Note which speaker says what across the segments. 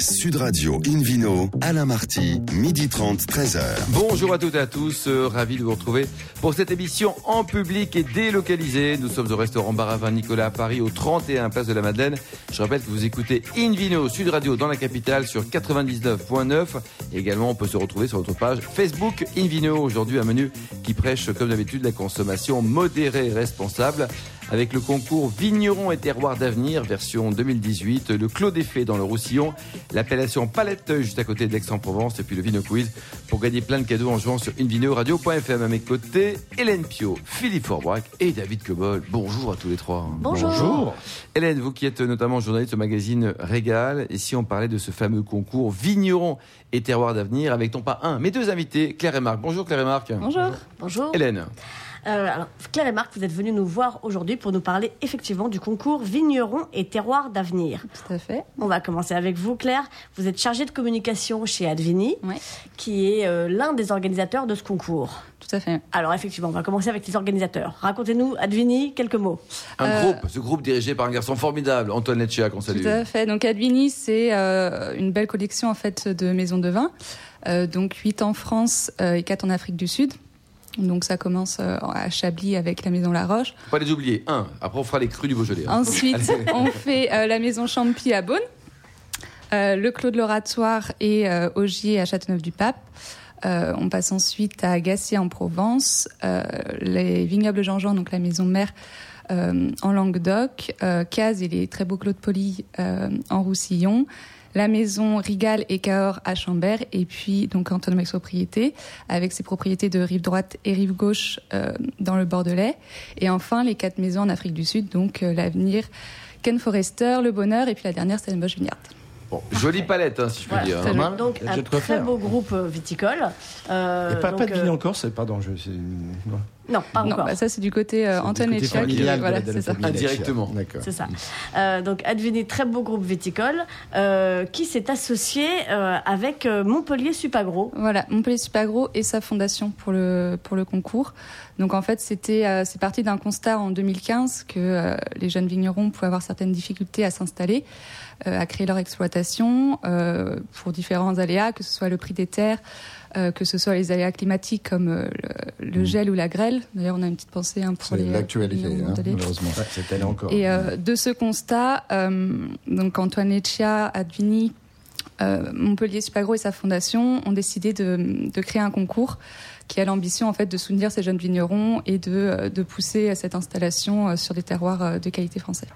Speaker 1: Sud Radio Invino, Alain Marty, midi 30, 13h.
Speaker 2: Bonjour à toutes et à tous, euh, ravi de vous retrouver pour cette émission en public et délocalisée. Nous sommes au restaurant Bar à Vin Nicolas à Paris, au 31 Place de la Madeleine. Je rappelle que vous écoutez Invino Sud Radio dans la capitale sur 99.9. Et également, on peut se retrouver sur notre page Facebook Invino. Aujourd'hui, un menu qui prêche, comme d'habitude, la consommation modérée et responsable. Avec le concours Vignerons et terroirs d'avenir, version 2018, le Clos des Fées dans le Roussillon, l'appellation Palette juste à côté d'Aix-en-Provence et puis le Vino Quiz pour gagner plein de cadeaux en jouant sur invinoradio.fm. À mes côtés, Hélène Pio, Philippe Forbrac et David Cobol. Bonjour à tous les trois.
Speaker 3: Bonjour.
Speaker 2: Hélène, vous qui êtes notamment journaliste au magazine Régal, et si on parlait de ce fameux concours Vignerons et terroirs d'avenir avec ton pas un, mes deux invités, Claire et Marc. Bonjour Claire et Marc.
Speaker 3: Bonjour. Bonjour.
Speaker 2: Hélène.
Speaker 3: Euh, alors, Claire et Marc, vous êtes venus nous voir aujourd'hui pour nous parler effectivement du concours Vignerons et terroirs d'avenir.
Speaker 4: Tout à fait.
Speaker 3: On va commencer avec vous, Claire. Vous êtes chargée de communication chez Advini,
Speaker 4: Ouais.
Speaker 3: qui est euh, l'un des organisateurs de ce concours.
Speaker 4: Tout à fait.
Speaker 3: Alors, effectivement, on va commencer avec les organisateurs. Racontez-nous, Advini, quelques mots.
Speaker 2: Un
Speaker 4: Euh,
Speaker 2: groupe, ce groupe dirigé par un garçon formidable, Antoine Leccia, qu'on salue.
Speaker 4: Tout à fait. Donc Advini, c'est euh, une belle collection en fait de maisons de vin. Euh, donc 8 en France euh, et 4 en Afrique du Sud. Donc ça commence euh, à Chablis avec la maison La Roche.
Speaker 2: Faut Pas les oublier. Un. Après, on fera les crus du Beaujolais. hein.
Speaker 4: Ensuite,
Speaker 2: Allez.
Speaker 4: on fait euh, la maison Champy à Beaune, euh, le Clos de l'Oratoire et euh, Augier à Châteauneuf-du-Pape. Euh, on passe ensuite à Gassier en Provence, euh, les vignobles Jean-Jean, donc la maison mère euh, en Languedoc, euh, Caz et les très beaux Clos de Poly euh, en Roussillon, la maison Rigal et Cahors à Chambert, et puis donc Antoine Max Propriété, avec ses propriétés de rive droite et rive gauche euh, dans le Bordelais, et enfin les quatre maisons en Afrique du Sud, donc euh, l'avenir Ken Forrester, Le Bonheur, et puis la dernière, c'est Bosch Vineyard.
Speaker 2: Bon, jolie palette, hein, si je puis
Speaker 3: Voilà.
Speaker 2: dire.
Speaker 4: Très
Speaker 2: hein.
Speaker 4: joli.
Speaker 5: mal.
Speaker 3: Donc,
Speaker 5: Il y a
Speaker 3: un
Speaker 5: déjà de quoi
Speaker 3: très
Speaker 5: faire.
Speaker 3: beau groupe euh, viticole. Euh,
Speaker 5: Et pas,
Speaker 3: donc,
Speaker 5: pas de
Speaker 3: euh,
Speaker 5: vignes en Corse, pardon, je, c'est, non.
Speaker 3: Non, pas
Speaker 4: Non,
Speaker 3: encore.
Speaker 4: bah, ça c'est du côté euh,
Speaker 5: C'est du
Speaker 4: Antoine
Speaker 5: côté
Speaker 4: Etchak,
Speaker 5: familial de
Speaker 4: voilà,
Speaker 5: la- de la
Speaker 4: c'est ça.
Speaker 5: famille Leccia.
Speaker 2: Indirectement.
Speaker 5: D'accord.
Speaker 3: C'est ça. Euh, donc Advini, très beau groupe viticole, euh, qui s'est associé euh, avec euh, Montpellier Supagro.
Speaker 4: Voilà, Montpellier Supagro et sa fondation pour le, pour le concours. Donc en fait, c'était euh, c'est parti d'un constat en 2015 que euh, les jeunes vignerons pouvaient avoir certaines difficultés à s'installer, euh, à créer leur exploitation euh, pour différents aléas, que ce soit le prix des terres, euh, que ce soit les aléas climatiques comme euh, le, le gel ou la grêle. D'ailleurs, on a une petite pensée hein, pour
Speaker 6: Mm. C'est
Speaker 4: les, euh,
Speaker 6: l'actualité,
Speaker 4: vignerons
Speaker 6: hein,
Speaker 4: bordelais.
Speaker 6: malheureusement.
Speaker 5: Ouais, cette année encore.
Speaker 4: Et euh, de ce constat, euh, donc Antoine Leccia, Advini, euh, Montpellier Supagro et sa fondation ont décidé de, de créer un concours qui a l'ambition en fait de soutenir ces jeunes vignerons et de, euh, de pousser cette installation euh, sur des terroirs euh, de qualité français.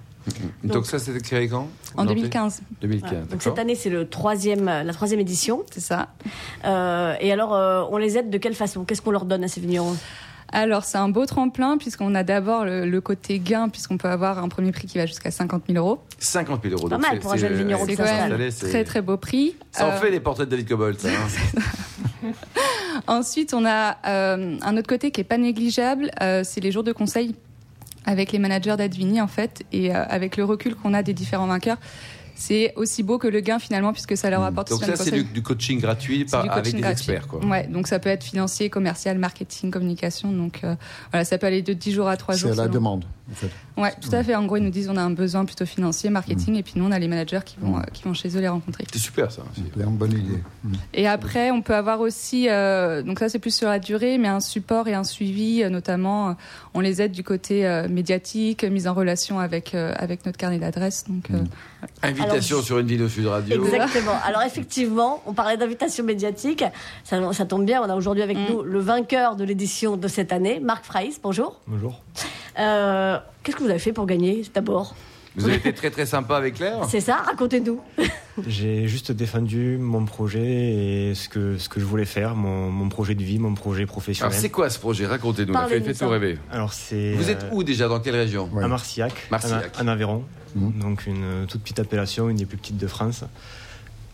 Speaker 2: Donc,
Speaker 3: Donc,
Speaker 2: ça, c'était créé quand
Speaker 4: En
Speaker 2: Vous
Speaker 4: 2015,
Speaker 2: notez 2015,
Speaker 3: Voilà. Donc
Speaker 2: euh, d'accord.
Speaker 3: cette année, c'est le troisième, euh, la troisième édition.
Speaker 4: c'est ça.
Speaker 3: Euh, et alors, euh, on les aide de quelle façon Qu'est-ce qu'on leur donne à ces vignerons
Speaker 4: Alors c'est un beau tremplin puisqu'on a d'abord le, le côté gain puisqu'on peut avoir un premier prix qui va jusqu'à 50 000 euros.
Speaker 2: 50 000 euros.
Speaker 3: Pas
Speaker 2: donc
Speaker 3: mal
Speaker 2: c'est-
Speaker 3: pour un
Speaker 2: c'est-
Speaker 3: jeune vigneron
Speaker 2: Oh, c'est
Speaker 4: C'est
Speaker 3: qui
Speaker 4: quand
Speaker 2: installé,
Speaker 4: même
Speaker 2: c'est-
Speaker 4: très très beau prix.
Speaker 2: Ça en
Speaker 4: Euh,
Speaker 2: fait les portraits de David Cobbold, ça, hein.
Speaker 4: Ensuite, on a euh, un autre côté qui est pas négligeable, euh, c'est les jours de conseil avec les managers d'Advini en fait, et euh, avec le recul qu'on a des différents vainqueurs, c'est aussi beau que le gain finalement puisque ça leur apporte
Speaker 2: Hmm. Donc
Speaker 4: aussi un
Speaker 2: ça, c'est du,
Speaker 4: conseil.
Speaker 2: du coaching gratuit
Speaker 4: C'est
Speaker 2: par-
Speaker 4: du coaching
Speaker 2: avec des
Speaker 4: gratuit.
Speaker 2: experts. Quoi.
Speaker 4: Ouais, donc ça peut être financier, commercial, marketing, communication. Donc euh, voilà, ça peut aller de 10 jours à 3
Speaker 6: C'est
Speaker 4: jours.
Speaker 6: à la
Speaker 4: selon-
Speaker 6: demande, Hmm. en fait.
Speaker 4: Ouais, tout à fait. En gros, ils nous disent on a un besoin plutôt financier,
Speaker 6: Hmm.
Speaker 4: marketing, et puis nous on a les managers qui vont, euh, qui vont chez eux les rencontrer.
Speaker 2: C'est super, ça. aussi.
Speaker 6: C'est une bonne idée.
Speaker 4: Et après, on peut avoir aussi, euh, donc ça c'est plus sur la durée, mais un support et un suivi, euh, notamment, euh, on les aide du côté euh, médiatique, mise en relation avec, euh, avec notre carnet d'adresses. Donc, euh,
Speaker 2: Invitation
Speaker 3: Alors,
Speaker 2: sur une vidéo Sud Radio.
Speaker 3: Exactement. Alors effectivement, on parlait d'invitation médiatique. Ça, ça tombe bien, on a aujourd'hui avec nous le vainqueur de l'édition de cette année, Marc Frais. Bonjour.
Speaker 5: Bonjour.
Speaker 3: Euh, Qu'est-ce que vous avez fait pour gagner d'abord
Speaker 2: Vous avez été très très sympa avec Claire.
Speaker 3: C'est ça Racontez-nous.
Speaker 7: J'ai juste défendu mon projet et ce que, ce que je voulais faire, mon, mon projet de vie, mon projet
Speaker 2: Alors, c'est
Speaker 7: professionnel.
Speaker 2: quoi ce projet Racontez-nous. là, fait-
Speaker 3: Parlez-nous de
Speaker 2: Faites-nous
Speaker 3: ça.
Speaker 2: rêver.
Speaker 7: Alors c'est
Speaker 2: Vous êtes
Speaker 7: euh,
Speaker 2: où déjà Dans quelle région
Speaker 6: Ouais.
Speaker 7: À Marcillac,
Speaker 2: Marcillac.
Speaker 7: en, en Aveyron.
Speaker 6: Mhm.
Speaker 7: Donc une euh, toute petite appellation, une des plus petites de France.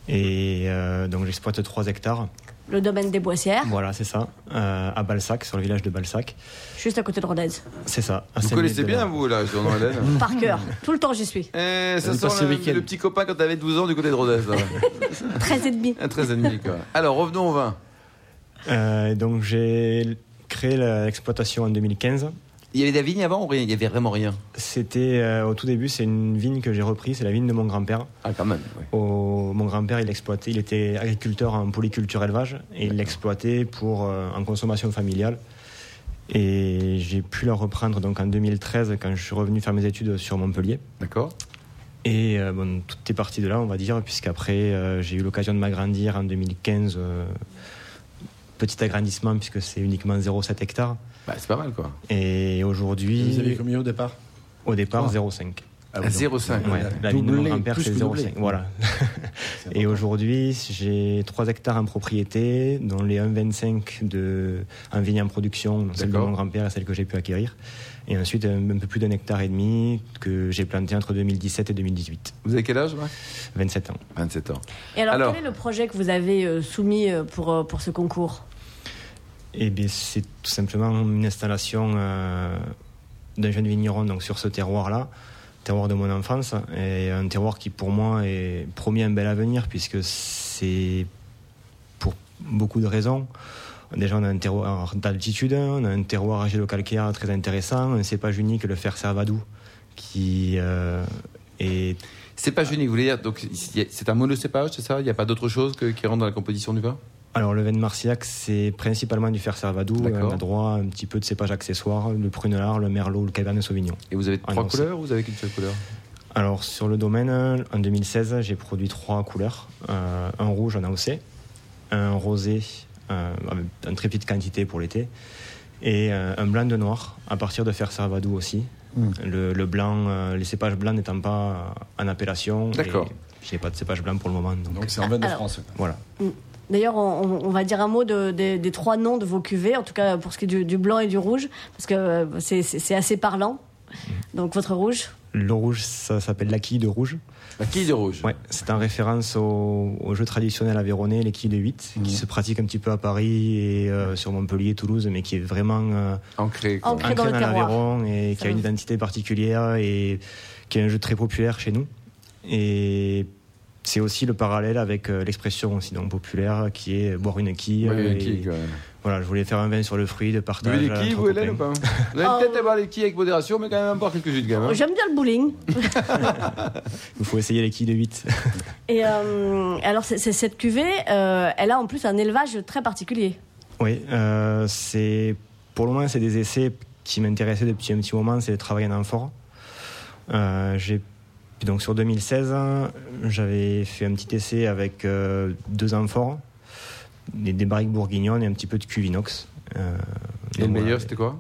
Speaker 7: Et euh, donc j'exploite 3 hectares.
Speaker 3: Le domaine des
Speaker 2: Ah.
Speaker 3: Boissières,
Speaker 7: Voilà, c'est ça. Euh, à Balsac, sur le village de Balsac.
Speaker 3: juste à côté de Rodez.
Speaker 7: C'est ça. à
Speaker 2: Vous
Speaker 7: cinq
Speaker 2: connaissez
Speaker 7: minutes de
Speaker 2: bien,
Speaker 7: là.
Speaker 2: vous, la région dans Hélène
Speaker 3: Par cœur. Tout le temps, j'y
Speaker 2: Eh,
Speaker 3: suis.
Speaker 2: ça
Speaker 5: Elle est
Speaker 2: sent
Speaker 5: passée
Speaker 2: le,
Speaker 5: le week-end.
Speaker 2: le petit copain quand t'avais 12 ans du côté de Rodez. là.
Speaker 3: 13 et demi.
Speaker 2: Un 13 et demi, quoi. Alors, revenons au vin.
Speaker 7: Euh, donc j'ai créé la- l'exploitation en 2015
Speaker 2: Il y avait de la vigne avant ou rien Il y avait vraiment rien.
Speaker 7: C'était euh, au tout début, c'est une vigne que j'ai reprise, c'est la vigne de mon grand-père.
Speaker 2: Ah, quand même. oui.
Speaker 7: Au- Mon grand-père, il exploitait, il était agriculteur en polyculture élevage et il l'exploitait pour euh, en consommation familiale. Et j'ai pu la reprendre donc en 2013 quand je suis revenu faire mes études sur Montpellier.
Speaker 2: D'accord.
Speaker 7: Et euh, bon, tout est parti de là, on va dire, puisqu'après euh, j'ai eu l'occasion de m'agrandir en 2015. euh, petit agrandissement puisque c'est uniquement 0,7 hectares.
Speaker 2: Bah, c'est pas mal, quoi.
Speaker 7: Et
Speaker 5: Vous avez
Speaker 7: aujourd'hui,
Speaker 5: combien au départ
Speaker 7: au départ,
Speaker 5: Ah.
Speaker 7: 0,5.
Speaker 5: Ah oui, donc,
Speaker 2: 0,5.
Speaker 5: Ouais.
Speaker 7: Ouais, la vigne de mon
Speaker 5: Doublé,
Speaker 7: grand-père,
Speaker 5: plus
Speaker 7: c'est
Speaker 5: que doublé.
Speaker 7: 0,5. Voilà.
Speaker 5: c'est
Speaker 7: Et
Speaker 5: important.
Speaker 7: aujourd'hui, j'ai 3 hectares en propriété, dont les 1,25 de en vigne en production, donc celle de
Speaker 2: D'accord.
Speaker 7: mon grand-père et celle que j'ai pu acquérir. Et ensuite, un, un peu plus d'un hectare et demi que j'ai planté entre 2017 et 2018.
Speaker 2: Vous avez quel âge, Marc
Speaker 7: 27 ans.
Speaker 2: 27 ans.
Speaker 3: Et alors,
Speaker 2: Alors.
Speaker 3: quel est le projet que vous avez euh, soumis euh, pour, euh, pour ce concours
Speaker 7: Et Eh bien, c'est tout simplement une installation euh, d'un jeune vigneron donc, sur ce terroir-là, terroir de mon enfance, et un terroir qui, pour moi, est promis un bel avenir, puisque c'est pour beaucoup de raisons. Déjà, on a un terroir d'altitude, on a un terroir argilo-calcaire très intéressant, un cépage unique, le fer servadou, qui euh, est
Speaker 2: C'est pas génial, vous voulez dire, donc il y a- c'est un monocépage, c'est ça Il n'y a pas d'autre chose que- qui rentre dans la composition du vin
Speaker 7: Alors le vin de Marcillac, c'est principalement du fer servadou.
Speaker 2: D'accord.
Speaker 7: On a droit à un petit peu de cépages accessoires, le prunelard, le merlot, le cabernet sauvignon.
Speaker 2: Et vous avez
Speaker 7: Ah
Speaker 2: trois
Speaker 7: non, c'est-
Speaker 2: couleurs ou vous avez qu'une seule couleur
Speaker 7: Alors sur le domaine, euh, en 2016, j'ai produit trois couleurs. Euh, un rouge en AOC, un rosé euh, avec une très petite quantité pour l'été, et euh, un blanc de noir à partir de fer servadou aussi.
Speaker 5: Mm.
Speaker 7: Le, le blanc, euh, les cépages blancs n'étant pas euh, en appellation. et
Speaker 2: D'accord.
Speaker 7: J'ai pas de cépage blanc pour le moment. Donc,
Speaker 5: Donc c'est en vin de
Speaker 3: Alors.
Speaker 5: France.
Speaker 7: voilà.
Speaker 3: D'ailleurs, on, on- on va dire un mot de- des- des trois noms de vos cuvées, en tout cas pour ce qui est du, du blanc et du rouge, parce que euh, c'est- c'est c'est assez parlant. Donc votre rouge,
Speaker 7: Le rouge, ça s'appelle la quille de rouge.
Speaker 2: La quille de rouge.
Speaker 7: Ouais, c'est en référence au, au jeu traditionnel aveyronnais, les quilles de 8, qui se pratique un petit peu à Paris et euh, sur Montpellier, Toulouse, mais qui est vraiment euh,
Speaker 2: Ancré. quoi.
Speaker 3: Ancré.
Speaker 7: ancré
Speaker 3: dans le
Speaker 7: dans
Speaker 3: terroir.
Speaker 7: l'Aveyron et
Speaker 3: Ça
Speaker 7: qui a une
Speaker 3: va.
Speaker 7: identité particulière et qui est un jeu très populaire chez nous. Et c'est aussi le parallèle avec euh, l'expression aussi donc populaire qui est boire une quille.
Speaker 2: Ouais,
Speaker 7: euh,
Speaker 2: les quilles,
Speaker 7: et
Speaker 2: quoi.
Speaker 7: voilà, je voulais faire un vin sur le fruit de
Speaker 2: Vous
Speaker 7: partage.
Speaker 2: avez des
Speaker 7: entre
Speaker 2: quilles, vous, Hélène,
Speaker 7: copains.
Speaker 2: ou pas Vous allez
Speaker 3: Oh.
Speaker 2: peut-être avoir les quilles avec modération, mais quand même boire quelques jus de gamme. hein.
Speaker 3: j'aime bien le bowling.
Speaker 7: Il faut essayer les quilles de 8.
Speaker 3: Et euh, alors c'est- c'est- cette cuvée, euh, elle a en plus un élevage très particulier.
Speaker 7: Oui, euh, c'est pour le moment c'est des essais qui m'intéressaient depuis un petit moment, c'est de travailler en amphore. Euh, j'ai puis donc sur 2016, hein, j'avais fait un petit essai avec euh, deux amphores, des, des barriques bourguignonnes et un petit peu de cuvinox. Euh,
Speaker 2: Et le
Speaker 7: donc,
Speaker 2: meilleur,
Speaker 7: voilà.
Speaker 2: c'était quoi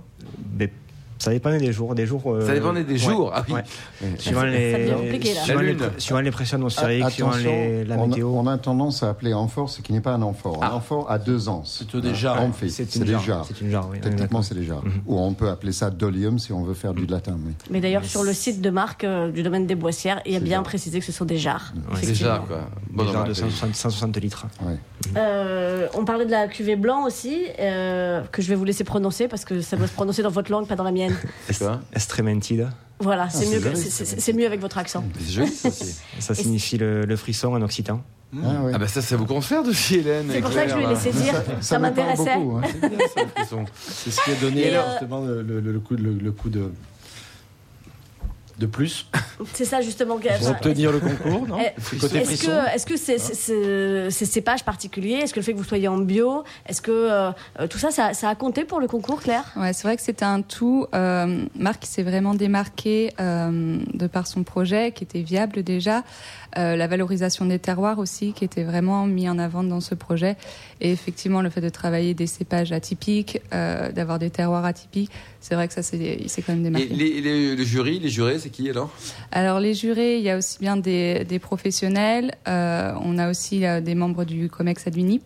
Speaker 7: Mais ça dépendait des jours, des jours. euh,
Speaker 2: Ça dépendait des
Speaker 7: ouais,
Speaker 2: jours, ah oui.
Speaker 7: ouais.
Speaker 2: Ouais.
Speaker 7: Suivant
Speaker 3: devient
Speaker 7: les,
Speaker 3: compliqué, là.
Speaker 7: suivant
Speaker 2: La
Speaker 7: les,
Speaker 2: lune.
Speaker 7: pr- suivant les pressions
Speaker 6: Ah,
Speaker 7: atmosphériques, suivant
Speaker 6: attention,
Speaker 7: les- la
Speaker 6: on, a-
Speaker 7: météo.
Speaker 6: on a tendance à appeler amphore ce qui n'est pas un amphore. Un
Speaker 2: Ah.
Speaker 6: amphore a deux ans. C'est
Speaker 5: plutôt des jarres.
Speaker 6: On fait,
Speaker 7: C'est
Speaker 6: c'est
Speaker 7: une
Speaker 6: des
Speaker 7: jarre,
Speaker 6: jarres.
Speaker 7: c'est Mhm. une jarre, oui, on est
Speaker 6: Techniquement,
Speaker 7: d'accord.
Speaker 6: c'est des jarres. Ou on peut appeler ça dolium si on veut faire du latin. oui.
Speaker 3: Mais d'ailleurs sur le site de marque euh, du domaine des Boissières, il y a
Speaker 6: C'est
Speaker 3: bien
Speaker 6: ça.
Speaker 3: précisé que ce sont des jarres.
Speaker 7: Ouais.
Speaker 2: Des
Speaker 3: effectivement.
Speaker 2: jarres, quoi. Bon,
Speaker 7: des
Speaker 2: non,
Speaker 7: jarres de
Speaker 2: bah,
Speaker 7: 160, 160 litres.
Speaker 6: Ouais.
Speaker 3: Euh, on parlait de la cuvée blanc aussi, euh, que je vais vous laisser prononcer parce que ça doit se prononcer dans votre langue, pas dans la mienne.
Speaker 2: c'est quoi
Speaker 7: Estrementida.
Speaker 3: Voilà, c'est
Speaker 6: c'est
Speaker 3: mieux, que-
Speaker 6: joli,
Speaker 3: c'est- c'est c'est mieux avec votre accent.
Speaker 2: C'est joli, ça aussi.
Speaker 7: Ça signifie le, le frisson en occitan.
Speaker 6: Ah, oui.
Speaker 2: Ah, bah ça, ça vous confère de chez Hélène.
Speaker 3: C'est pour ça que je lui ai
Speaker 2: Claire, là.
Speaker 3: laissé dire, ça,
Speaker 6: me parle
Speaker 3: m'intéressait.
Speaker 6: beaucoup, hein.
Speaker 2: C'est bien, ça, le frisson.
Speaker 5: C'est ce qui a donné
Speaker 3: Et euh,
Speaker 5: justement le, le- le coup, de- le, le coup de, de plus
Speaker 3: C'est ça justement.
Speaker 4: Eh
Speaker 3: que-
Speaker 4: ben,
Speaker 5: pour
Speaker 3: enfin,
Speaker 5: obtenir le concours, non
Speaker 3: Eh,
Speaker 5: C'est le côté
Speaker 3: Est-ce
Speaker 5: frisson.
Speaker 3: que, est-ce que c'est- c'est- c'est- ces cépages particuliers, est-ce que le fait que vous soyez en bio, est-ce que euh, euh, tout ça, ça, ça a compté pour le concours, Claire
Speaker 4: Ouais, c'est vrai que c'était un tout. Euh, Marc s'est vraiment démarqué euh, de par son projet qui était viable déjà, Euh, la valorisation des terroirs aussi qui était vraiment mis en avant dans ce projet. Et effectivement, le fait de travailler des cépages atypiques, euh, d'avoir des terroirs atypiques, c'est vrai que ça, c'est, il s'est quand même
Speaker 2: Et
Speaker 4: démarqué.
Speaker 2: les, les- le jury, les jurés, c'est qui alors
Speaker 4: Alors les jurés, il y a aussi bien des, des professionnels, euh, on a aussi euh, des membres du Comex Advini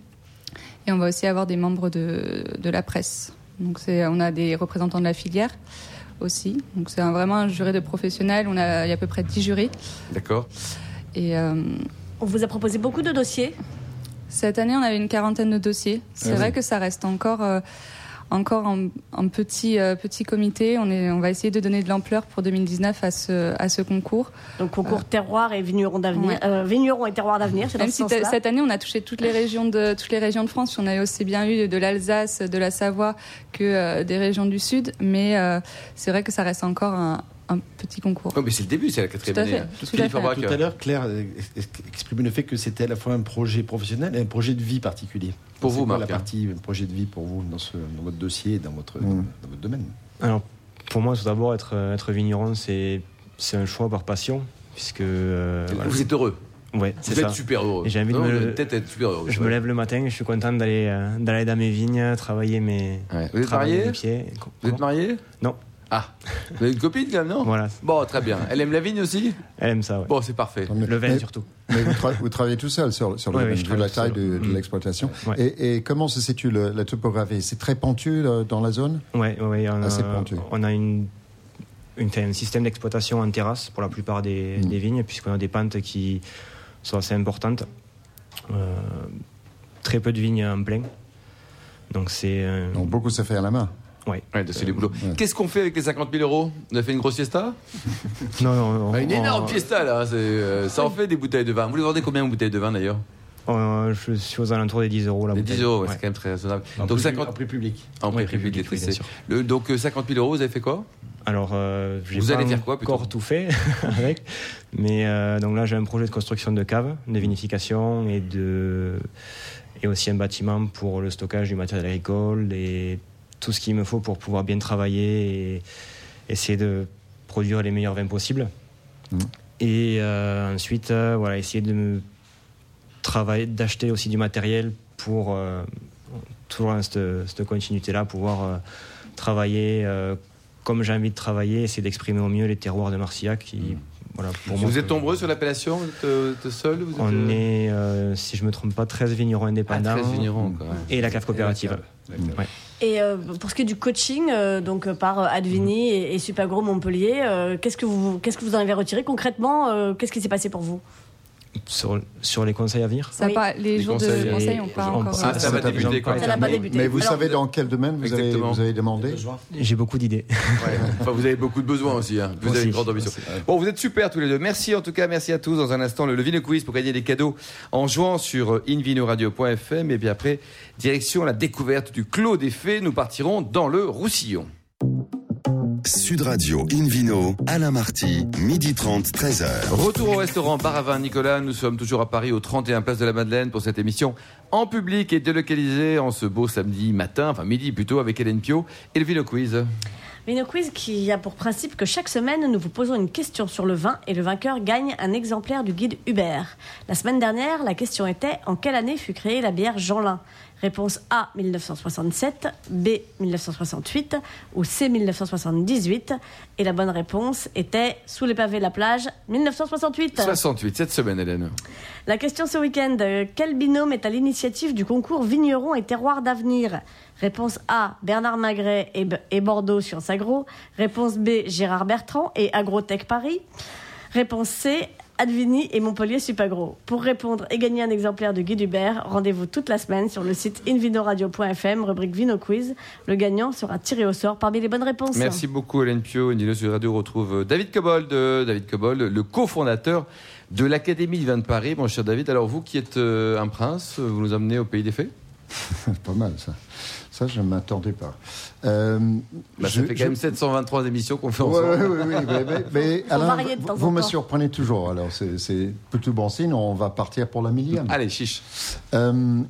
Speaker 4: et on va aussi avoir des membres de, de la presse. Donc c'est, on a des représentants de la filière aussi. Donc c'est un- vraiment un jury de professionnels. On a, il y a à peu près 10 jurys.
Speaker 2: D'accord.
Speaker 4: Et euh,
Speaker 3: On vous a proposé beaucoup de dossiers.
Speaker 4: cette année, on avait une quarantaine de dossiers. C'est vrai que ça reste encore... euh, encore en, en petit, euh, petit comité. On, est, on va essayer de donner de l'ampleur pour 2019 à ce, à ce concours.
Speaker 3: Donc concours terroir et vigneron d'avenir,
Speaker 4: Euh. ouais.
Speaker 3: euh, vigneron et terroir d'avenir, c'est dans
Speaker 4: Même
Speaker 3: ce
Speaker 4: si
Speaker 3: sens-là.
Speaker 4: t'as- cette année, on a touché toutes les régions de, toutes les régions de France. On a aussi bien eu de l'Alsace, de la Savoie que euh, des régions du Sud. Mais euh, c'est vrai que ça reste encore un, un petit concours.
Speaker 2: Oh, mais c'est le début, c'est la quatrième
Speaker 4: Tout à
Speaker 2: année.
Speaker 4: fait,
Speaker 2: hein.
Speaker 4: tout à
Speaker 2: Philippe
Speaker 4: fait.
Speaker 2: Aubrac,
Speaker 5: Tout
Speaker 2: euh,
Speaker 5: à l'heure, Claire euh, ex- exprimait le fait que c'était à la fois un projet professionnel et un projet de vie particulier.
Speaker 2: Pour
Speaker 5: C'est
Speaker 2: vous,
Speaker 5: quoi
Speaker 2: Marc,
Speaker 5: la
Speaker 2: hein.
Speaker 5: partie euh, projet de vie pour vous dans, ce, dans votre dossier et dans votre,
Speaker 6: Mm.
Speaker 5: dans, dans votre domaine.
Speaker 7: Alors, pour moi, tout d'abord, être, euh, être vigneron, c'est c'est un choix par passion, puisque. euh, voilà.
Speaker 2: Vous êtes heureux.
Speaker 7: Ouais, c'est
Speaker 2: Vous êtes
Speaker 7: ça.
Speaker 2: super heureux.
Speaker 7: Et j'ai envie de
Speaker 2: Non,
Speaker 7: me-
Speaker 2: vous êtes Peut-être être super heureux.
Speaker 7: Je me lève le matin, je suis content d'aller euh, d'aller dans mes vignes, travailler mes.
Speaker 2: Ouais. Vous êtes
Speaker 7: travailler
Speaker 2: marié
Speaker 7: mes pieds.
Speaker 2: Vous êtes marié
Speaker 7: Non.
Speaker 2: Ah, vous avez une copine quand même, non
Speaker 7: Voilà,
Speaker 2: Bon, très bien. Elle aime la vigne aussi
Speaker 7: elle aime ça, ouais.
Speaker 2: Bon, c'est parfait.
Speaker 6: Tant mieux.
Speaker 7: Le vin
Speaker 6: Mais-
Speaker 7: surtout.
Speaker 6: Mais vous, tra- vous travaillez tout seul sur, sur le
Speaker 7: Ouais,
Speaker 6: domaine,
Speaker 7: ouais, je
Speaker 6: vu la taille
Speaker 7: travaille
Speaker 6: de,
Speaker 7: tout
Speaker 6: de
Speaker 7: seul.
Speaker 6: l'exploitation.
Speaker 7: Ouais.
Speaker 6: Et, et comment se situe le- la topographie C'est très pentu là, dans la zone
Speaker 7: Ouais, ouais, ouais, on,
Speaker 6: Assez
Speaker 7: a,
Speaker 6: pointu.
Speaker 7: on a une, une, enfin, un système d'exploitation en terrasse pour la plupart des,
Speaker 6: Mm.
Speaker 7: des vignes, puisqu'on a des pentes qui sont assez importantes. Euh, très peu de vignes en plein. Donc c'est. euh,
Speaker 6: Donc beaucoup se fait à la main.
Speaker 7: ouais.
Speaker 2: Ouais, c'est du boulot.
Speaker 6: Ouais.
Speaker 2: Qu'est-ce qu'on fait avec les 50 000 euros On a fait une grosse fiesta
Speaker 7: Non, non, on-
Speaker 2: Bah, Une énorme
Speaker 7: on-
Speaker 2: fiesta, là. c'est, euh, ça en fait des bouteilles de vin. Vous les vendez combien, une bouteille de vin, d'ailleurs
Speaker 7: on- je suis aux alentours des 10 euros là.
Speaker 2: Les 10 euros, ouais, c'est quand même très raisonnable. Donc, Ah, 50...
Speaker 5: prix public.
Speaker 2: en prix
Speaker 7: Ouais,
Speaker 2: public,
Speaker 7: public, oui, bien
Speaker 2: c'est-
Speaker 7: sûr.
Speaker 2: le- donc euh, 50 000 euros, vous avez fait quoi
Speaker 7: Alors, euh, j'ai
Speaker 2: Vous
Speaker 7: pas
Speaker 2: allez faire quoi, plutôt
Speaker 7: encore tout fait avec, mais euh, donc là j'ai un projet de construction de caves, de vinification et de et aussi un bâtiment pour le stockage du matériel agricole et tout ce qu'il me faut pour pouvoir bien travailler et essayer de produire les meilleurs vins possibles. Mm.
Speaker 6: Mhm.
Speaker 7: Et euh, ensuite, euh, voilà, essayer de me travailler, d'acheter aussi du matériel pour euh, toujours dans cette, cette continuité-là, pouvoir euh, travailler euh, comme j'ai envie de travailler, essayer d'exprimer au mieux les terroirs de Marcillac. Qui, voilà, pour moi,
Speaker 2: Vous êtes
Speaker 7: que-
Speaker 2: nombreux sur l'appellation Vous êtes, euh, vous êtes seul vous êtes,
Speaker 7: On
Speaker 2: euh,
Speaker 7: est, euh, si je me trompe pas, 13 vignerons
Speaker 2: ah,
Speaker 7: indépendants
Speaker 2: 13 vignerons, quoi.
Speaker 7: et la cave coopérative.
Speaker 3: Et euh, pour ce qui est du coaching, euh, donc euh, par euh, Advini et, et Supagro Montpellier, euh, qu'est-ce que vous qu'est-ce que vous en avez retiré concrètement euh, Qu'est-ce qui s'est passé pour vous
Speaker 7: Sur, sur les conseils à venir
Speaker 4: Ça
Speaker 3: Oui.
Speaker 4: pas, les,
Speaker 2: Les
Speaker 4: jours
Speaker 2: conseils,
Speaker 4: de
Speaker 7: les-
Speaker 4: conseil, on
Speaker 7: les
Speaker 4: pas
Speaker 7: jours-
Speaker 4: encore.
Speaker 2: Ah, ça va
Speaker 6: Ça t'a
Speaker 2: débuter,
Speaker 7: bien
Speaker 2: quoi.
Speaker 3: Ça n'a pas
Speaker 7: Mais-
Speaker 3: débuté.
Speaker 6: Mais vous
Speaker 3: Alors,
Speaker 6: savez dans quel domaine vous avez,
Speaker 2: Exactement.
Speaker 6: vous avez demandé
Speaker 7: J'ai beaucoup d'idées.
Speaker 2: Ouais. Enfin, vous avez beaucoup de besoins aussi. hein. Vous avez
Speaker 7: Aussi.
Speaker 2: une grande ambition. Bon, vous êtes super tous les deux. Merci en tout cas, merci à tous. Dans un instant, le Vino Quiz pour gagner des cadeaux en jouant sur euh, invinoradio.fm. Et puis après, direction la découverte du Clos des Fées. Nous partirons dans le Roussillon.
Speaker 1: Sud Radio Invino, Alain Marty, midi 30, 13h.
Speaker 2: Retour au restaurant Bar à vin Nicolas. Nous sommes toujours à Paris, au 31 Place de la Madeleine, pour cette émission en public et délocalisée en ce beau samedi matin, enfin midi plutôt, avec Hélène Pio et le Vino Quiz.
Speaker 3: Vino Quiz qui a pour principe que chaque semaine, nous vous posons une question sur le vin et le vainqueur gagne un exemplaire du guide Hubert. La semaine dernière, la question était en quelle année fut créée la bière Jeanlin Réponse A 1967, B 1968 ou C 1978. Et la bonne réponse était sous les pavés de la plage 1968.
Speaker 2: 68, cette semaine, Hélène.
Speaker 3: La question ce week-end, euh, quel binôme est à l'initiative du concours Vignerons et terroirs d'avenir Réponse A, Bernard Magret et, B- et Bordeaux sur Sagro. Réponse B, Gérard Bertrand et Agrotech Paris. Réponse C, Advini et Montpellier Supagro. Pour répondre et gagner un exemplaire de Guy Dubert, rendez-vous toute la semaine sur le site invinoradio.fm, rubrique Vino Quiz. Le gagnant sera tiré au sort parmi les bonnes réponses.
Speaker 2: Merci beaucoup Hélène Pio. Nilo sur Radio retrouve euh, David Cobold, euh, David Cobold, le cofondateur de l'Académie du vin de Paris. Mon cher David, alors vous qui êtes euh, un prince, euh, vous nous amenez au pays des fées
Speaker 6: Ah, Pas mal ça. Ça, je ne m'attendais pas. Euh,
Speaker 2: Bah, Ça
Speaker 6: je-
Speaker 2: fait quand
Speaker 6: je-
Speaker 2: même 723 émissions qu'on fait
Speaker 6: Oui,
Speaker 2: ensemble.
Speaker 6: oui, oui. Mais, mais- mais
Speaker 3: Faut
Speaker 6: Alain,
Speaker 3: varier de temps en
Speaker 6: vous me
Speaker 3: temps.
Speaker 6: surprenez toujours. Alors, c'est- c'est plutôt bon signe. On va partir pour la millième.
Speaker 2: Allez, chiche.
Speaker 6: Euh,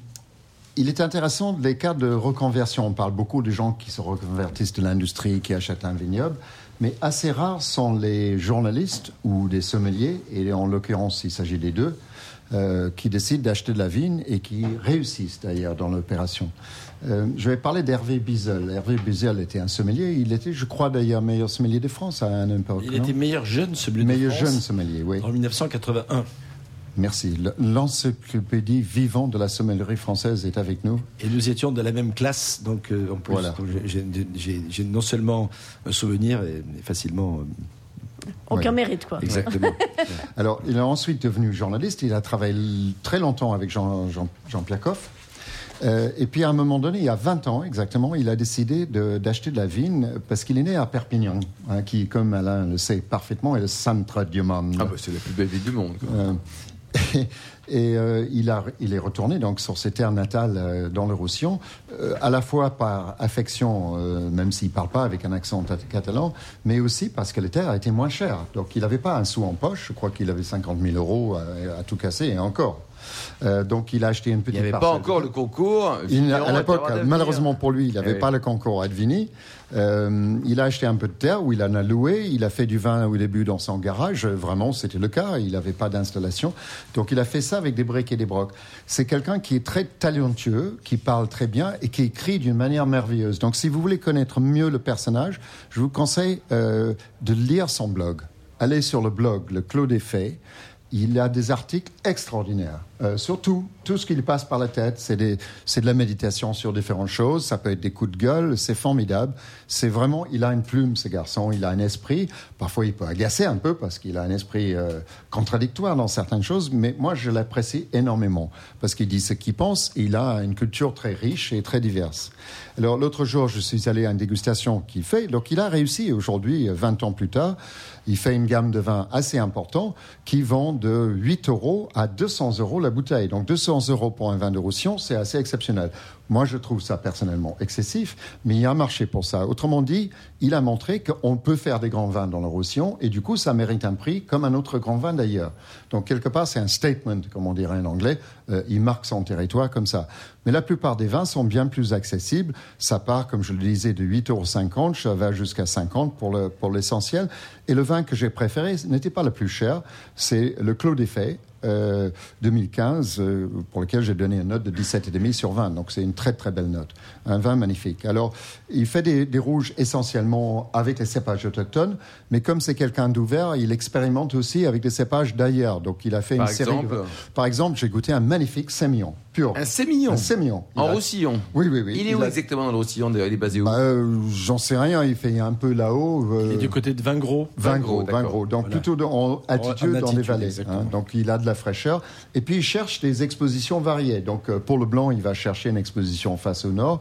Speaker 6: il est intéressant les cas de reconversion. On parle beaucoup des gens qui se reconvertissent de l'industrie, qui achètent un vignoble, mais assez rares sont les journalistes ou des sommeliers, et en l'occurrence il s'agit des deux, euh, qui décident d'acheter de la vigne et qui réussissent d'ailleurs dans l'opération. Euh, je vais parler d'Hervé Bizel. Hervé Bizel était un sommelier. Il était, je crois d'ailleurs, meilleur sommelier de France à un époque.
Speaker 5: Il
Speaker 6: non
Speaker 5: était meilleur jeune, ce bleu
Speaker 6: meilleur jeune sommelier, oui.
Speaker 5: en 1981.
Speaker 6: Merci. L- L'encyclopédie vivante de la sommellerie française est avec nous.
Speaker 5: Et nous étions de la même classe, donc euh, en plus,
Speaker 6: Voilà.
Speaker 5: donc j'ai- j'ai- j'ai j'ai non seulement un souvenir, et, et facilement. euh,
Speaker 3: Aucun
Speaker 6: Ouais.
Speaker 3: mérite, quoi.
Speaker 5: exactement.
Speaker 6: Alors, il est ensuite devenu journaliste. Il a travaillé l- très longtemps avec Jean, Jean, Jean Piacoff. Euh, et puis à un moment donné, il y a 20 ans exactement, il a décidé de- d'acheter de, la vigne parce qu'il est né à Perpignan, hein, qui, comme Alain le sait parfaitement, est le centre du monde.
Speaker 2: Ah bah c'est la plus belle ville du monde. quoi.
Speaker 6: Euh, et et, euh, il, a, il est retourné donc sur ses terres natales euh, dans le Roussillon, euh, à la fois par affection, euh, même s'il ne parle pas avec un accent tat- catalan, mais aussi parce que les terres étaient moins chères. Donc il n'avait pas un sou en poche, je crois qu'il avait 50 000 euros à, à tout casser, et encore. Euh, donc il a acheté une
Speaker 2: Il n'y
Speaker 6: petite
Speaker 2: avait pas
Speaker 6: parcelle.
Speaker 2: encore le concours.
Speaker 6: Il n'a-
Speaker 2: Vigneron,
Speaker 6: à l'époque,
Speaker 2: terroir d'avenir.
Speaker 6: malheureusement pour lui, il n'avait
Speaker 2: oui.
Speaker 6: pas le concours à Advini. Euh, il a acheté un peu de terre où il en a loué. Il a fait du vin au début dans son garage. Euh, Vraiment, c'était le cas. Il n'avait pas d'installation. Donc, il a fait ça avec des briques et des brocs. C'est quelqu'un qui est très talentueux, qui parle très bien et qui écrit d'une manière merveilleuse. Donc, si vous voulez connaître mieux le personnage, je vous conseille euh, de lire son blog. Allez sur le blog, le Clos des Faits. Il a des articles extraordinaires. Euh, surtout, tout ce qui lui passe par la tête, c'est des- c'est de la méditation sur différentes choses. Ça peut être des coups de gueule. C'est formidable. C'est vraiment, il a une plume, ce garçon. Il a un esprit. Parfois, il peut agacer un peu parce qu'il a un esprit euh, contradictoire dans certaines choses. Mais moi, je l'apprécie énormément parce qu'il dit ce qu'il pense. et il a une culture très riche et très diverse. Alors, l'autre jour, je suis allé à une dégustation qu'il fait. Donc, il a réussi aujourd'hui, euh, 20 ans plus tard. Il fait une gamme de vins assez importants qui vend de 8 euros à 200 euros la bouteille. Donc 200 euros pour un vin de Roussillon, c'est assez exceptionnel. Moi, je trouve ça personnellement excessif, mais il y a un marché pour ça. Autrement dit, il a montré qu'on peut faire des grands vins dans le Roussillon et du coup, ça mérite un prix comme un autre grand vin d'ailleurs. Donc quelque part, c'est un statement, comme on dirait en anglais. Euh, il marque son territoire comme ça. Mais la plupart des vins sont bien plus accessibles. Ça part, comme je le disais, de 8,50 euros, ça va jusqu'à 50 pour le- pour l'essentiel. Et le vin que j'ai préféré ce n'était pas le plus cher, c'est le Clos des Fées. euh, 2015, euh, pour lequel j'ai donné une note de 17,5 sur 20. Donc c'est une très très belle note. Un vin magnifique. Alors il fait des, des rouges essentiellement avec les cépages autochtones, mais comme c'est quelqu'un d'ouvert, il expérimente aussi avec des cépages d'ailleurs. Donc il a fait
Speaker 2: Par
Speaker 6: une série.
Speaker 2: exemple
Speaker 6: Par exemple, j'ai goûté un magnifique sémillon, pur.
Speaker 2: Un sémillon.
Speaker 6: Un sémillon. Il
Speaker 2: En
Speaker 6: a-
Speaker 2: Roussillon.
Speaker 6: Oui, oui, oui.
Speaker 2: Il est
Speaker 6: Il
Speaker 2: où
Speaker 6: a-
Speaker 2: exactement dans le Roussillon d'ailleurs Il est basé où
Speaker 6: Bah, euh, J'en sais rien, il fait un peu là-haut. euh,
Speaker 5: Et du côté de Vingros,
Speaker 2: Vingros,
Speaker 6: Vingros,
Speaker 2: d'accord.
Speaker 6: Vingros. Donc
Speaker 5: Voilà.
Speaker 6: plutôt dans- en altitude,
Speaker 5: En
Speaker 6: dans les
Speaker 5: altitude,
Speaker 6: vallées.
Speaker 5: exactement.
Speaker 6: donc il a de la fraîcheur. Et puis il cherche des expositions variées. Donc euh, pour le blanc, il va chercher une exposition face au nord.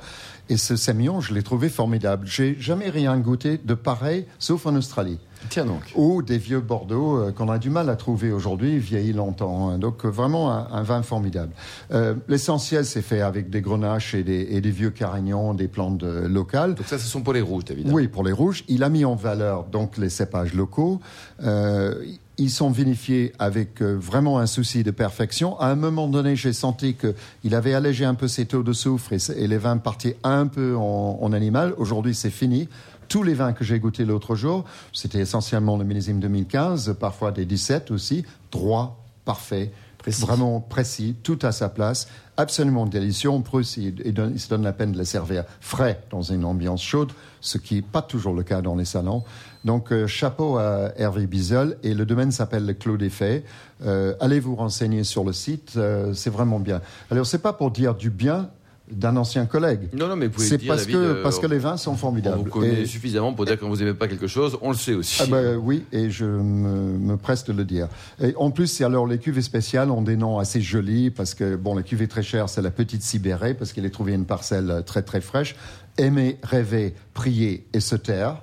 Speaker 6: Et ce sémillon, je l'ai trouvé formidable. J'ai jamais rien goûté de pareil, sauf en Australie.
Speaker 2: Tiens donc.
Speaker 6: Ou des vieux Bordeaux euh, qu'on a du mal à trouver aujourd'hui, vieillis longtemps. hein. Donc euh, vraiment un, un vin formidable. Euh, L'essentiel, c'est fait avec des grenaches et des, et des vieux carignons, des plantes euh, locales.
Speaker 2: Donc ça, ce sont pour les rouges, évidemment.
Speaker 6: Oui, pour les rouges. Il a mis en valeur donc les cépages locaux. Euh, ils sont vinifiés avec euh, vraiment un souci de perfection. À un moment donné, j'ai senti que il avait allégé un peu ses taux de soufre et, c- et les vins partaient un peu en, en animal. Aujourd'hui, c'est fini. Tous les vins que j'ai goûtés l'autre jour, c'était essentiellement le millésime 2015, parfois des 17 aussi, droit, parfait, vraiment précis, tout à sa place, absolument délicieux. On peut aussi, il donne- il se donne la peine de les servir frais dans une ambiance chaude, ce qui n'est pas toujours le cas dans les salons. Donc, euh, chapeau à Hervé Bizel. Et le domaine s'appelle le Clos des Fées. Euh, allez vous renseigner sur le site. euh, c'est vraiment bien. Alors, c'est pas pour dire du bien d'un ancien collègue.
Speaker 2: Non, non, mais vous pouvez
Speaker 6: C'est
Speaker 2: dire,
Speaker 6: parce,
Speaker 2: David,
Speaker 6: que,
Speaker 2: euh,
Speaker 6: parce que les vins sont
Speaker 2: on vous
Speaker 6: formidables.
Speaker 2: connaît
Speaker 6: Et-
Speaker 2: suffisamment pour dire que quand vous aimez pas quelque chose, on le sait aussi.
Speaker 6: ah bah, oui, et je me, me presse de le dire. Et en plus, c'est alors les cuvées spéciales ont des noms assez jolis parce que bon, la cuvée très chère, c'est la petite Sibérée parce qu'il est trouvé une parcelle euh, très très fraîche. Aimer, rêver, prier et se taire.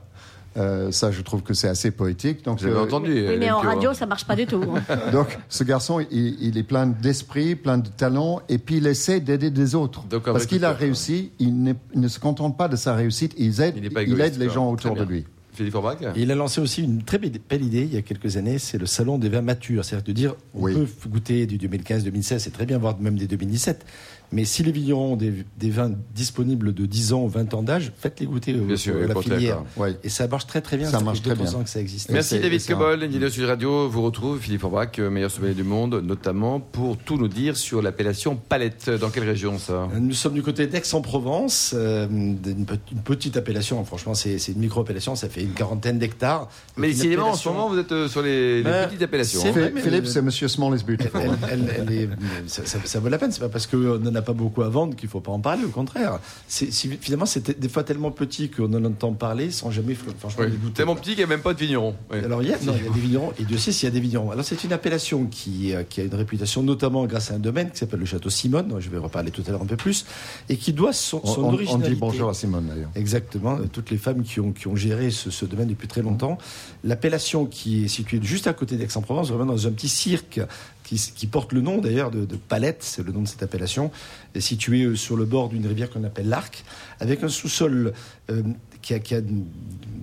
Speaker 6: Euh, ça, je trouve que c'est assez poétique. Donc,
Speaker 2: Vous avez
Speaker 6: euh,
Speaker 2: entendu
Speaker 3: Oui, mais
Speaker 2: Hélène
Speaker 3: en
Speaker 2: Pio,
Speaker 3: radio,
Speaker 2: hein.
Speaker 3: ça marche pas du tout. hein.
Speaker 6: donc, ce garçon, il, il est plein d'esprit, plein de talent, et puis il essaie d'aider des autres.
Speaker 2: Donc, un vrai
Speaker 6: Parce qu'il a
Speaker 2: tuteur,
Speaker 6: réussi, il, n'est- il ne se contente pas de sa réussite, il aide,
Speaker 2: Il n'est
Speaker 6: il
Speaker 2: pas égoïste,
Speaker 6: aide les
Speaker 2: quoi.
Speaker 6: gens
Speaker 2: Très
Speaker 6: autour de
Speaker 2: bien.
Speaker 6: lui.
Speaker 2: Philippe Forbach
Speaker 5: Et il a lancé aussi une très bé- belle idée il y a quelques années, c'est le salon des vins matures. C'est-à-dire de dire, on
Speaker 6: Oui.
Speaker 5: peut goûter du 2015, 2016, c'est très bien, voire même des 2017. Mais si les vignerons ont des, des vins disponibles de 10 ans ou 20 ans d'âge, faites-les goûter au-
Speaker 2: Bien sûr,
Speaker 5: à
Speaker 2: les
Speaker 5: la
Speaker 2: prothèses,
Speaker 5: filière.
Speaker 6: Ouais.
Speaker 5: Et ça marche très très bien.
Speaker 6: Ça
Speaker 5: fait
Speaker 6: marche très
Speaker 5: 200
Speaker 6: bien.
Speaker 5: que ça existe.
Speaker 2: Merci
Speaker 6: c'est-
Speaker 2: David
Speaker 6: c'est un-
Speaker 2: Cobol, Nidé Sud Radio vous retrouve, Philippe Forbach, euh, meilleur sommelier du monde, notamment pour tout nous dire sur l'appellation palette. Dans quelle région ça
Speaker 5: Hein, Nous sommes euh, du côté d'Aix-en-Provence, euh, d'une pe- une petite appellation. Franchement, c'est c'est une micro-appellation. Ça fait une quarantaine d'hectares.
Speaker 2: Mais
Speaker 5: Donc, une
Speaker 2: décidément, en ce
Speaker 5: appellation-
Speaker 2: moment, vous êtes euh, sur les, les
Speaker 5: Ben,
Speaker 2: petites appellations.
Speaker 5: c'est
Speaker 2: hein.
Speaker 5: vrai.
Speaker 6: Phil-
Speaker 5: mais-
Speaker 6: Philippe, c'est Monsieur Small is Beautiful.
Speaker 5: Elle- elle- elle est- ça, ça- ça vaut la peine. C'est pas parce qu'on n'en a pas beaucoup à vendre qu'il faut pas en parler. Au contraire, C'est- si- finalement, c'est des fois tellement petit qu'on en entend parler sans jamais, fl- franchement,
Speaker 2: Ouais,
Speaker 5: y goûter.
Speaker 2: Tellement petit qu'il n'y a même pas de vigneron. Ouais.
Speaker 5: Alors, il y, a, non, il y a des vignerons, et Dieu sait s'il y a des vignerons. Alors, c'est une appellation qui, euh, qui a une réputation, notamment grâce à un domaine qui s'appelle le Château Simone, dont je vais reparler tout à l'heure un peu plus, et qui doit son,
Speaker 6: On,
Speaker 5: son
Speaker 6: on- on
Speaker 5: originalité.
Speaker 6: dit bonjour à Simone d'ailleurs.
Speaker 5: Exactement, euh, toutes les femmes qui ont, qui ont géré ce, ce domaine depuis très longtemps. L'appellation qui est située juste à côté d'Aix-en-Provence, vraiment dans un petit cirque qui, s- qui porte le nom d'ailleurs de, de Palette, c'est le nom de cette appellation, est située euh, sur le bord d'une rivière qu'on appelle l'Arc, avec un sous-sol euh, qui, a, qui a une-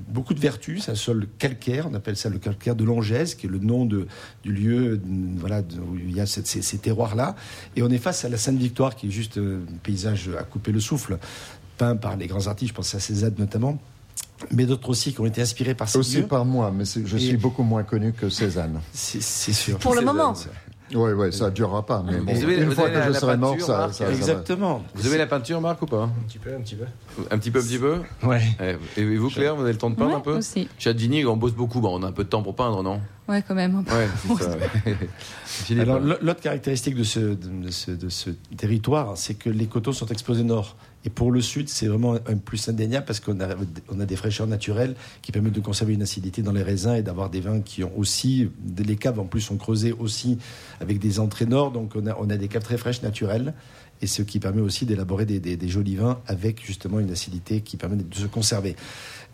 Speaker 5: beaucoup de vertus, c'est un sol calcaire, on appelle ça le calcaire de Langèse, qui est le nom de, du lieu euh, voilà, de- où il y a cette- ces, ces terroirs-là. Et on est face à la Sainte-Victoire, qui est juste euh, un paysage à couper le souffle peint par les grands artistes, je pense à Cézanne notamment, mais d'autres aussi qui ont été inspirés
Speaker 2: Ah,
Speaker 5: par ces
Speaker 6: Aussi
Speaker 5: lieux.
Speaker 6: par moi, mais c'est- je
Speaker 5: Et-
Speaker 6: suis beaucoup moins connu que Cézanne.
Speaker 5: C'est c'est sûr.
Speaker 3: Pour le
Speaker 2: Cézanne,
Speaker 3: moment.
Speaker 2: ça.
Speaker 6: Oui, oui, ça durera pas. Mais
Speaker 2: Ah, Vous
Speaker 6: bon,
Speaker 2: avez-
Speaker 6: une
Speaker 2: vous
Speaker 6: fois
Speaker 2: avez
Speaker 6: que
Speaker 2: la-
Speaker 6: je
Speaker 2: la
Speaker 6: serai mort,
Speaker 2: peinture,
Speaker 6: ça,
Speaker 2: Marc
Speaker 6: ça- ça va.
Speaker 5: Exactement.
Speaker 2: Vous avez la peinture, Marc, ou pas
Speaker 7: Un petit peu, un petit peu.
Speaker 2: Un petit peu, un petit peu
Speaker 7: Ouais.
Speaker 2: Ouais. Et et vous, Claire, vous avez le temps de peindre
Speaker 4: Ouais,
Speaker 2: un peu
Speaker 4: aussi.
Speaker 2: Chez Advini, on bosse beaucoup. Bon, on a un peu de temps pour peindre, non
Speaker 4: Ouais, quand même.
Speaker 2: Ouais, c'est ça. ouais. Philippe,
Speaker 5: Alors,
Speaker 2: hein.
Speaker 5: l- l'autre caractéristique de ce, de, ce, de ce territoire, c'est que les coteaux sont exposés nord. Et pour le sud, c'est vraiment un plus indéniable parce qu'on a, on a des fraîcheurs naturelles qui permettent de conserver une acidité dans les raisins et d'avoir des vins qui ont aussi. Les caves, en plus, sont creusées aussi avec des entrées nord. Donc, on a, on a des caves très fraîches naturelles. Et ce qui permet aussi d'élaborer des, des- des jolis vins avec justement une acidité qui permet de se conserver.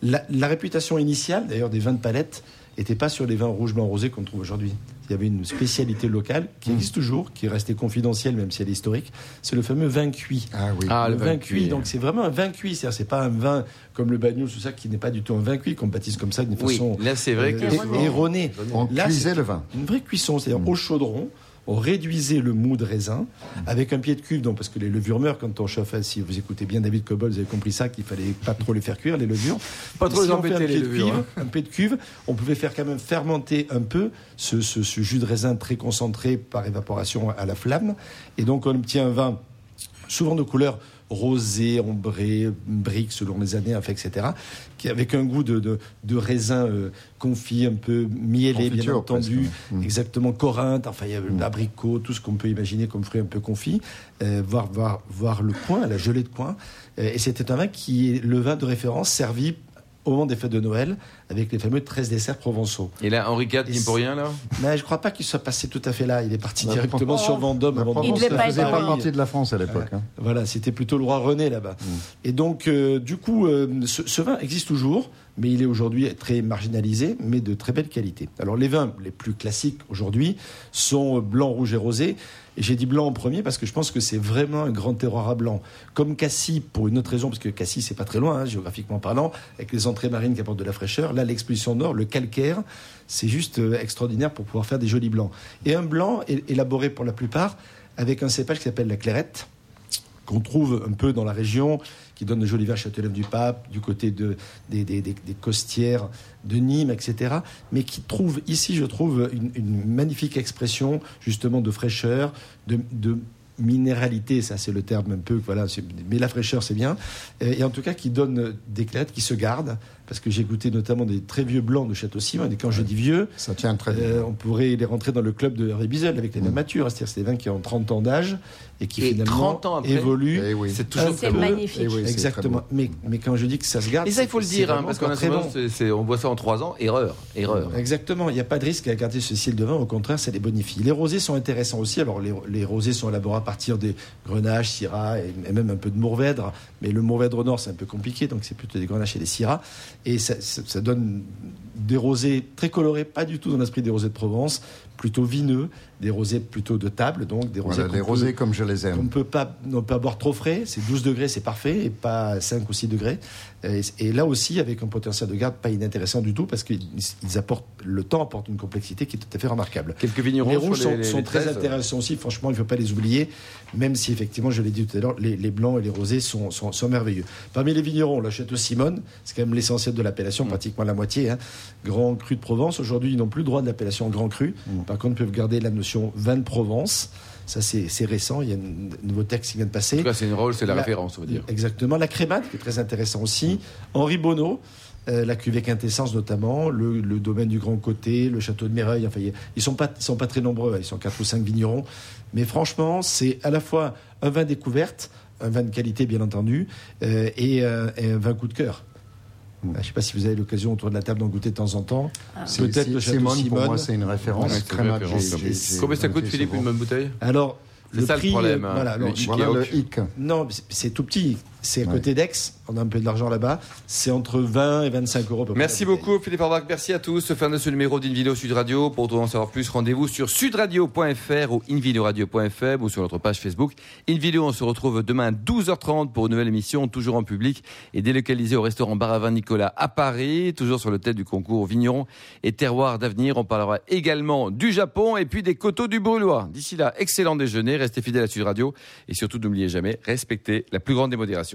Speaker 5: La, la réputation initiale, d'ailleurs, des vins de palette n'était pas sur les vins rouges, blancs, rosés qu'on trouve aujourd'hui. Il y avait une spécialité locale qui
Speaker 2: Mm.
Speaker 5: existe toujours, qui est restée confidentielle, même si elle est historique. C'est le fameux vin cuit.
Speaker 6: Ah oui.
Speaker 2: Ah,
Speaker 5: le,
Speaker 2: le
Speaker 5: vin,
Speaker 2: vin
Speaker 5: cuit,
Speaker 2: cuit.
Speaker 5: donc c'est vraiment un vin cuit. C'est-à-dire, c'est pas un vin comme le bagnol, tout ça, qui n'est pas du tout un vin cuit, qu'on baptise comme ça d'une
Speaker 2: Oui,
Speaker 5: façon
Speaker 2: là, c'est vrai que.
Speaker 5: euh,
Speaker 3: souvent-
Speaker 5: erronée.
Speaker 6: On
Speaker 5: Là,
Speaker 6: cuisait
Speaker 5: c'est-
Speaker 6: le vin.
Speaker 5: une vraie cuisson,
Speaker 2: Mm.
Speaker 5: c'est-à-dire au chaudron, on réduisait le mou de raisin avec un pied de cuve, donc parce que les levures meurent quand on chauffe. Si vous écoutez bien David Cobol, vous avez compris ça, qu'il fallait pas trop les faire cuire, les levures.
Speaker 2: Pas trop
Speaker 5: Si
Speaker 2: les
Speaker 5: on fait
Speaker 2: embêter,
Speaker 5: un
Speaker 2: les
Speaker 5: pied de
Speaker 2: levures,
Speaker 5: cuve,
Speaker 2: hein.
Speaker 5: Un pied de cuve, on pouvait faire quand même fermenter un peu ce, ce- ce jus de raisin très concentré par évaporation à la flamme, et donc on obtient un vin souvent de couleur rosé, ombré, brique selon les années, enfin, etc., qui avec un goût de, de, de raisin euh, confit, un peu miellé, bien
Speaker 6: Confiture,
Speaker 5: entendu,
Speaker 6: presque, ouais. Mm.
Speaker 5: Mm-hmm. exactement corinthe, enfin il y a l'abricot, tout ce qu'on peut imaginer comme fruit un peu confit, euh, voire, voire, voire le coin, la gelée de coin. Euh, et c'était un vin qui est le vin de référence servi au moment des fêtes de Noël avec les fameux 13 desserts provençaux.
Speaker 2: Et là, Henri IV, il
Speaker 5: Et
Speaker 2: n'y pour rien, là
Speaker 5: Mais je crois pas qu'il soit passé tout à fait là, il est parti
Speaker 6: La
Speaker 5: directement
Speaker 6: Provence-
Speaker 5: sur Vendôme.
Speaker 6: La
Speaker 5: avant de
Speaker 6: Provence
Speaker 3: devait
Speaker 5: passer
Speaker 6: ne
Speaker 3: pas
Speaker 5: à
Speaker 3: être
Speaker 6: faisait pas
Speaker 3: loin.
Speaker 5: Paris.
Speaker 6: partie de la France à l'époque. hein.
Speaker 5: Voilà, c'était plutôt le roi René là-bas. Et donc, euh, du coup, euh, ce, ce vin existe toujours, mais il est aujourd'hui très marginalisé, mais de très belle qualité. Alors, les vins les plus classiques aujourd'hui sont euh, blanc, rouge et rosé. Et j'ai dit blanc en premier parce que je pense que c'est vraiment un grand terroir à blanc. Comme Cassis, pour une autre raison, parce que Cassis, c'est pas très loin, hein, géographiquement parlant, avec les entrées marines qui apportent de la fraîcheur. Là, l'exposition nord, le calcaire, c'est juste euh, extraordinaire pour pouvoir faire des jolis blancs. Et un blanc é- élaboré pour la plupart avec un cépage qui s'appelle la clairette qu'on trouve un peu dans la région, qui donne le joli vin Châteauneuf-du-Pape, du côté de, des, des- des- des costières de Nîmes, etc. Mais qui trouve ici, je trouve, une, une magnifique expression justement de fraîcheur, de, de minéralité, ça c'est le terme un peu, voilà, c'est- mais la fraîcheur c'est bien, et, et en tout cas qui donne des clarettes qui se gardent, parce que j'ai goûté notamment des très vieux blancs de Château-Simon, et quand je dis vieux,
Speaker 6: Ça tient très bien.
Speaker 5: euh, on pourrait les rentrer dans le club de Harry Bizel avec les mêmes matures, c'est-à-dire c'est des vins qui ont 30 ans d'âge et qui
Speaker 2: Mmh. Et
Speaker 5: finalement
Speaker 2: 30 ans après.
Speaker 5: évoluent.
Speaker 6: Eh oui.
Speaker 2: C'est toujours très
Speaker 5: Un
Speaker 3: Ah, C'est
Speaker 5: peu.
Speaker 2: bon.
Speaker 3: magnifique.
Speaker 6: Eh oui, c'est
Speaker 5: Exactement.
Speaker 6: très
Speaker 5: Mais, mais quand je dis que ça se garde,
Speaker 2: Et ça, il faut le
Speaker 5: c'est
Speaker 2: dire, hein,
Speaker 5: vraiment
Speaker 2: parce qu'on a
Speaker 5: encore très
Speaker 2: souvent,
Speaker 5: bon.
Speaker 2: c'est- c'est- on voit ça en trois ans. Erreur, erreur.
Speaker 5: Exactement, il n'y a pas de risque à garder ce style de vin, au contraire, ça les bonifie. Les rosés sont intéressants aussi, alors les, les rosés sont élaborés à partir des grenaches, syrah et, et même un peu de mourvèdre, mais le mourvèdre nord c'est un peu compliqué, donc c'est plutôt des grenaches et des syrahs, et ça, ça- ça donne des rosés très colorés, pas du tout dans l'esprit des rosés de Provence, plutôt vineux, des rosés plutôt de table, donc des rosés,
Speaker 6: Voilà,
Speaker 5: qu'on
Speaker 6: les
Speaker 5: peut-
Speaker 6: rosés comme je les
Speaker 5: on ne
Speaker 6: aime.
Speaker 5: peut pas, on peut pas boire trop frais, c'est 12 degrés, c'est parfait, et pas 5 ou 6 degrés. Et, et là aussi, avec un potentiel de garde pas inintéressant du tout, parce que ils apportent, le temps apporte une complexité qui est tout à fait remarquable.
Speaker 2: Quelques vignerons
Speaker 5: les
Speaker 2: sur
Speaker 5: rouges
Speaker 2: les-
Speaker 5: sont,
Speaker 2: les-
Speaker 5: sont
Speaker 2: les
Speaker 5: très
Speaker 2: 13.
Speaker 5: intéressants aussi, franchement, il ne faut pas les oublier, même si effectivement, je l'ai dit tout à l'heure, les, les blancs et les rosés sont, sont, sont merveilleux. Parmi les vignerons, la Château Simone, c'est quand même l'essentiel de
Speaker 2: Mm.
Speaker 5: l'appellation, pratiquement la moitié. hein. Grand cru de Provence, aujourd'hui, ils n'ont plus le droit de l'appellation grand cru.
Speaker 2: Mm.
Speaker 5: Par contre, ils peuvent garder la notion vin de Provence. Ça, c'est c'est récent, il y a un nouveau texte qui vient de passer.
Speaker 2: En tout cas, c'est une rôle, c'est la référence, on va dire.
Speaker 5: Exactement. La crémate, qui est très intéressant aussi. Henri Bonneau, euh, la cuvée quintessence notamment, le, le domaine du Grand Côté, le château de Méreuil. Enfin, y- ils ne sont, pas- ils sont pas très nombreux, hein, ils sont quatre ou cinq vignerons. Mais franchement, c'est à la fois un vin découverte, un vin de qualité bien entendu, euh, et, euh, et un vin coup de cœur. Ah, Je ne sais pas si vous avez l'occasion autour de la table d'en goûter de temps en temps.
Speaker 6: C'est-
Speaker 5: Peut-être
Speaker 6: c'est-
Speaker 5: le château
Speaker 6: Simone,
Speaker 5: Simone.
Speaker 6: pour moi, c'est une référence.
Speaker 2: Ouais, c'est une
Speaker 6: Très mal,
Speaker 2: référence.
Speaker 6: j'ai- j'ai- j'ai-
Speaker 2: Combien ça coûte,
Speaker 6: j'ai-
Speaker 2: Philippe, une bonne bouteille
Speaker 5: Alors,
Speaker 2: C'est ça le
Speaker 5: prix,
Speaker 2: problème, hein.
Speaker 5: voilà, alors,
Speaker 2: Le
Speaker 6: Voilà
Speaker 2: Qui est
Speaker 6: le hic.
Speaker 5: non, mais c'est- c'est tout petit. C'est à
Speaker 6: Ouais.
Speaker 5: côté d'Aix. On a un peu de l'argent là-bas. C'est entre 20 et 25 euros. à peu près,
Speaker 2: Merci
Speaker 5: la bouteille.
Speaker 2: beaucoup Philippe Arbac, merci à tous. Fin de ce numéro d'Invideo Sud Radio. Pour tout en savoir plus, rendez-vous sur sudradio.fr ou invideoradio.fr ou sur notre page Facebook. Invideo, on se retrouve demain à 12h30 pour une nouvelle émission, toujours en public et délocalisée au restaurant Bar à Vin Nicolas à Paris, toujours sur le thème du concours Vigneron et Terroir d'avenir. On parlera également du Japon et puis des coteaux du Brûlois. D'ici là, excellent déjeuner, restez fidèles à Sud Radio et surtout n'oubliez jamais, respectez la plus grande démodération.